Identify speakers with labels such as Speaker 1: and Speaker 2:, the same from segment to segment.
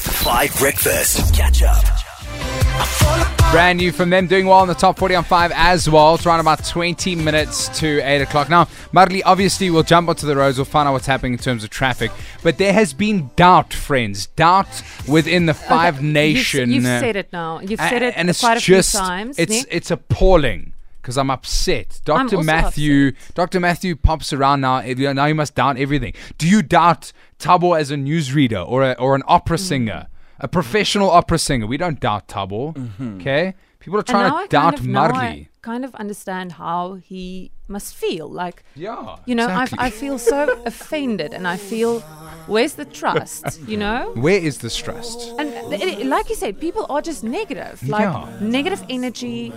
Speaker 1: Five Breakfast. Catch up.
Speaker 2: Brand new from them, doing well in the top 40 on 5 as well. It's around about 20 minutes to 8 o'clock. Now, Mudley, obviously, we'll jump onto the roads. We'll find out what's happening in terms of traffic. But there has been doubt, friends. Doubt within the Five Nation.
Speaker 3: You've, you've
Speaker 2: uh,
Speaker 3: said it now. You've
Speaker 2: a-
Speaker 3: said it
Speaker 2: and it's
Speaker 3: quite a
Speaker 2: just,
Speaker 3: few times.
Speaker 2: It's,
Speaker 3: Nick.
Speaker 2: it's appalling because I'm upset. Dr.
Speaker 3: also
Speaker 2: Matthew Dr. Matthew pops around now. eh, you know, Now you must doubt everything. Do you doubt Tabo as a newsreader or, a, or an opera
Speaker 3: Mm.
Speaker 2: singer? A professional opera singer. We don't doubt Tabo. Okay? People are
Speaker 3: and
Speaker 2: trying
Speaker 3: now
Speaker 2: to
Speaker 3: I
Speaker 2: doubt
Speaker 3: kind of, now I
Speaker 2: Marley.
Speaker 3: kind of understand how he must feel. Like,
Speaker 2: Yeah.
Speaker 3: you know,
Speaker 2: exactly.
Speaker 3: I, I feel so offended and I feel, where's the trust, you know?
Speaker 2: Where is this trust?
Speaker 3: And it, it- like you said, people are just negative. Like,
Speaker 2: Yeah.
Speaker 3: negative energy.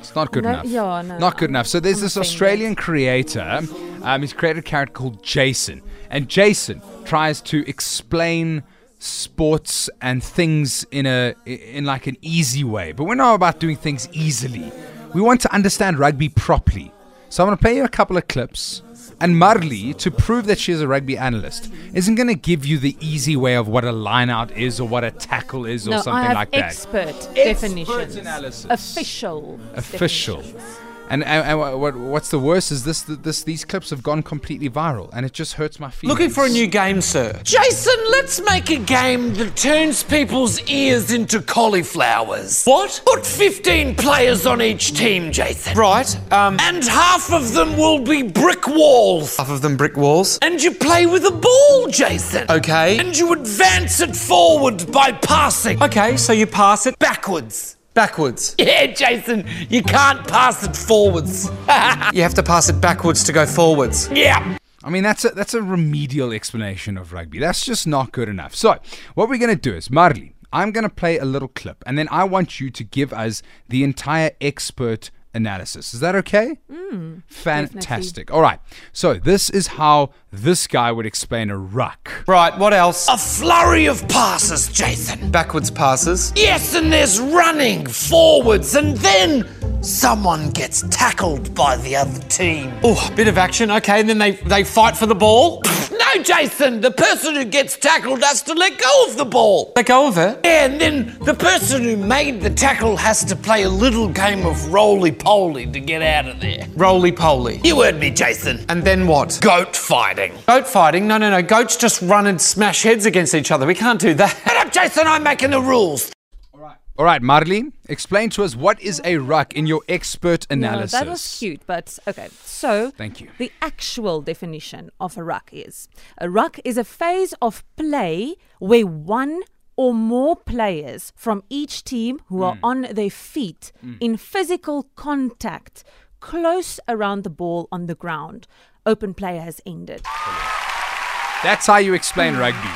Speaker 2: It's not good
Speaker 3: No,
Speaker 2: enough.
Speaker 3: yeah, no,
Speaker 2: not good
Speaker 3: I'm-
Speaker 2: enough. So there's
Speaker 3: I'm
Speaker 2: this
Speaker 3: offended.
Speaker 2: Australian creator. Um, he's created a character called Jason, and Jason tries to explain sports and things in a in like an easy way. But we're not about doing things easily. We want to understand rugby properly. So I'm going to play you a couple of clips. And Marley, to prove that she is a rugby analyst, isn't going to give you the easy way of what a line out is or what a tackle is or
Speaker 3: no,
Speaker 2: something
Speaker 3: I have
Speaker 2: like that
Speaker 3: expert, definitions.
Speaker 2: analysis.
Speaker 3: Official.
Speaker 2: official.
Speaker 3: definitions.
Speaker 2: And, and, and what- what, what's the worst is this, this these clips have gone completely viral and it just hurts my feelings.
Speaker 4: Looking for a new game, sir. Jason, let's make a game that turns people's ears into cauliflowers. What? Put 15 players on each team, Jason.
Speaker 5: Right, um,
Speaker 4: And half of them will be brick walls.
Speaker 5: half of them brick walls.
Speaker 4: And you play with a ball, Jason.
Speaker 5: Okay.
Speaker 4: And you advance it forward by passing.
Speaker 5: Okay, so you pass it
Speaker 4: Backwards.
Speaker 5: backwards.
Speaker 4: Yeah, Jason, you can't pass it forwards.
Speaker 5: You have to pass it backwards to go forwards.
Speaker 4: yeah.
Speaker 2: I mean, that's a, that's a remedial explanation of rugby. That's just not good enough. So, what we're going to do is, Marley, I'm going to play a little clip and then I want you to give us the entire expert analysis. Is that okay? Mm, Fantastic. All right. So, this is how this guy would explain a ruck.
Speaker 5: Right, what else?
Speaker 4: A flurry of passes, Jason.
Speaker 5: Backwards passes.
Speaker 4: Yes, and there's running forwards, and then someone gets tackled by the other team.
Speaker 5: Oh, bit of action. Okay, and then they, they fight for the ball.
Speaker 4: No, Jason, the person who gets tackled has to let go of the ball.
Speaker 5: Let go of it.
Speaker 4: And then the person who made the tackle has to play a little game of roly poly to get out of there.
Speaker 5: Roly poly.
Speaker 4: You heard me, Jason.
Speaker 5: And then what?
Speaker 4: Goat fighting.
Speaker 5: Goat fighting? No, no, no. Goats just run and smash heads against each other. We can't do that.
Speaker 4: Shut up, Jason, I'm making the rules.
Speaker 2: All right, Marley, explain to us what is a ruck in your expert
Speaker 3: No,
Speaker 2: analysis.
Speaker 3: that was cute, but okay. So,
Speaker 2: Thank you.
Speaker 3: The actual definition of a ruck is a ruck is a phase of play where one or more players from each team who are
Speaker 2: Hmm.
Speaker 3: on their feet in physical contact close around the ball on the ground. Open play has ended.
Speaker 2: That's how you explain rugby.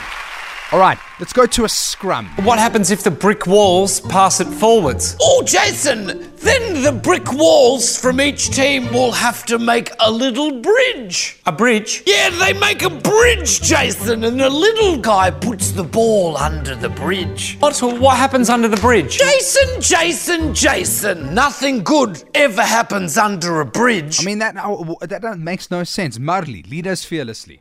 Speaker 2: All right, let's go to a scrum.
Speaker 5: What happens if the brick walls pass it forwards?
Speaker 4: Oh, Jason, then the brick walls from each team will have to make a little bridge.
Speaker 5: A bridge?
Speaker 4: Yeah, they make a bridge, Jason, and the little guy puts the ball under the bridge.
Speaker 5: What, what happens under the bridge?
Speaker 4: Jason, Jason, Jason, nothing good ever happens under a bridge.
Speaker 2: I mean, that oh, that, that makes no sense. Marley, lead us fearlessly.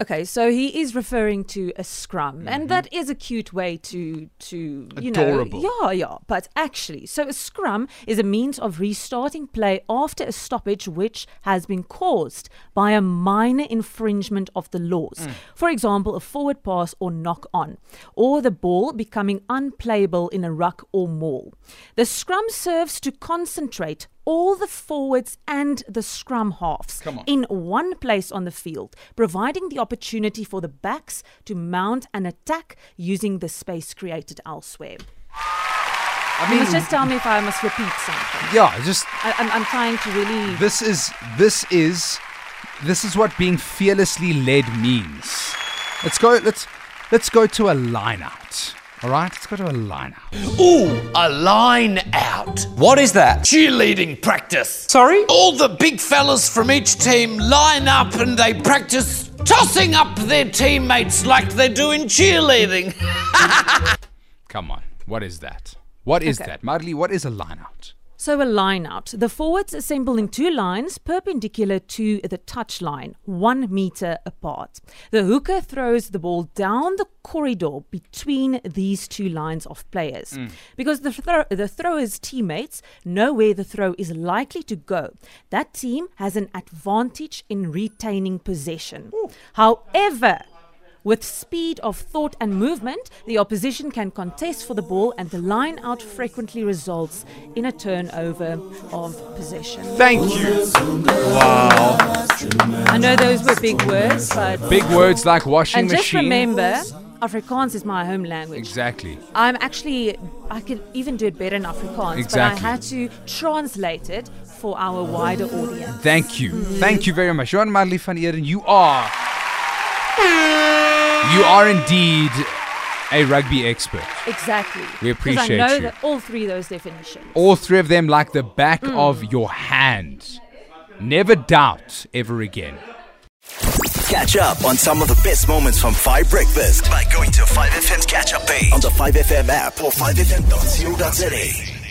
Speaker 3: Okay, so he is referring to a scrum, and that is a cute way to to you
Speaker 2: Adorable.
Speaker 3: know yeah yeah. But actually, so a scrum is a means of restarting play after a stoppage which has been caused by a minor infringement of the laws. For example, a forward pass or knock on, or the ball becoming unplayable in a ruck or maul. The scrum serves to concentrate all the forwards and the scrum halves in one place on the field, providing the opportunity for the backs to mount an attack using the space created elsewhere.
Speaker 2: I
Speaker 3: You
Speaker 2: mean,
Speaker 3: must just tell me if I must repeat something.
Speaker 2: yeah, just
Speaker 3: I, I'm, I'm trying to really.
Speaker 2: this is this is this is what being fearlessly led means. Let's go. Let's let's go to a line out. All right, let's go to a line out.
Speaker 4: Ooh, a line out.
Speaker 5: What is that?
Speaker 4: Cheerleading practice.
Speaker 5: Sorry?
Speaker 4: All the big fellas from each team line up and they practice tossing up their teammates like they do in cheerleading.
Speaker 2: Come on, what is that? What is that, Marley? What is a line out?
Speaker 3: So a line out. The forwards assembled in two lines perpendicular to the touch line, one meter apart. The hooker throws the ball down the corridor between these two lines of players. Because the, throw, the thrower's teammates know where the throw is likely to go, that team has an advantage in retaining possession. However, with speed of thought and movement, the opposition can contest for the ball, and the line out frequently results in a turnover of possession.
Speaker 2: Thank you.
Speaker 3: I know those were big words, but.
Speaker 2: Big words like washing
Speaker 3: and just
Speaker 2: machine.
Speaker 3: remember, Afrikaans is my home language.
Speaker 2: exactly.
Speaker 3: I'm actually, I could even do it better in Afrikaans,
Speaker 2: Exactly.
Speaker 3: but I had to translate it for our wider audience.
Speaker 2: Thank you. Thank you very much. Johan Madley van Eden, you are. You are indeed a rugby expert.
Speaker 3: Exactly.
Speaker 2: We
Speaker 3: 'Cause
Speaker 2: appreciate
Speaker 3: I know
Speaker 2: you.
Speaker 3: that all three of those definitions.
Speaker 2: All three of them like the back of your hand. Never doubt ever again.
Speaker 1: Catch up on some of the best moments from 5 Breakfast by going to 5FM's catch up page on the 5FM app or 5FM.co.za.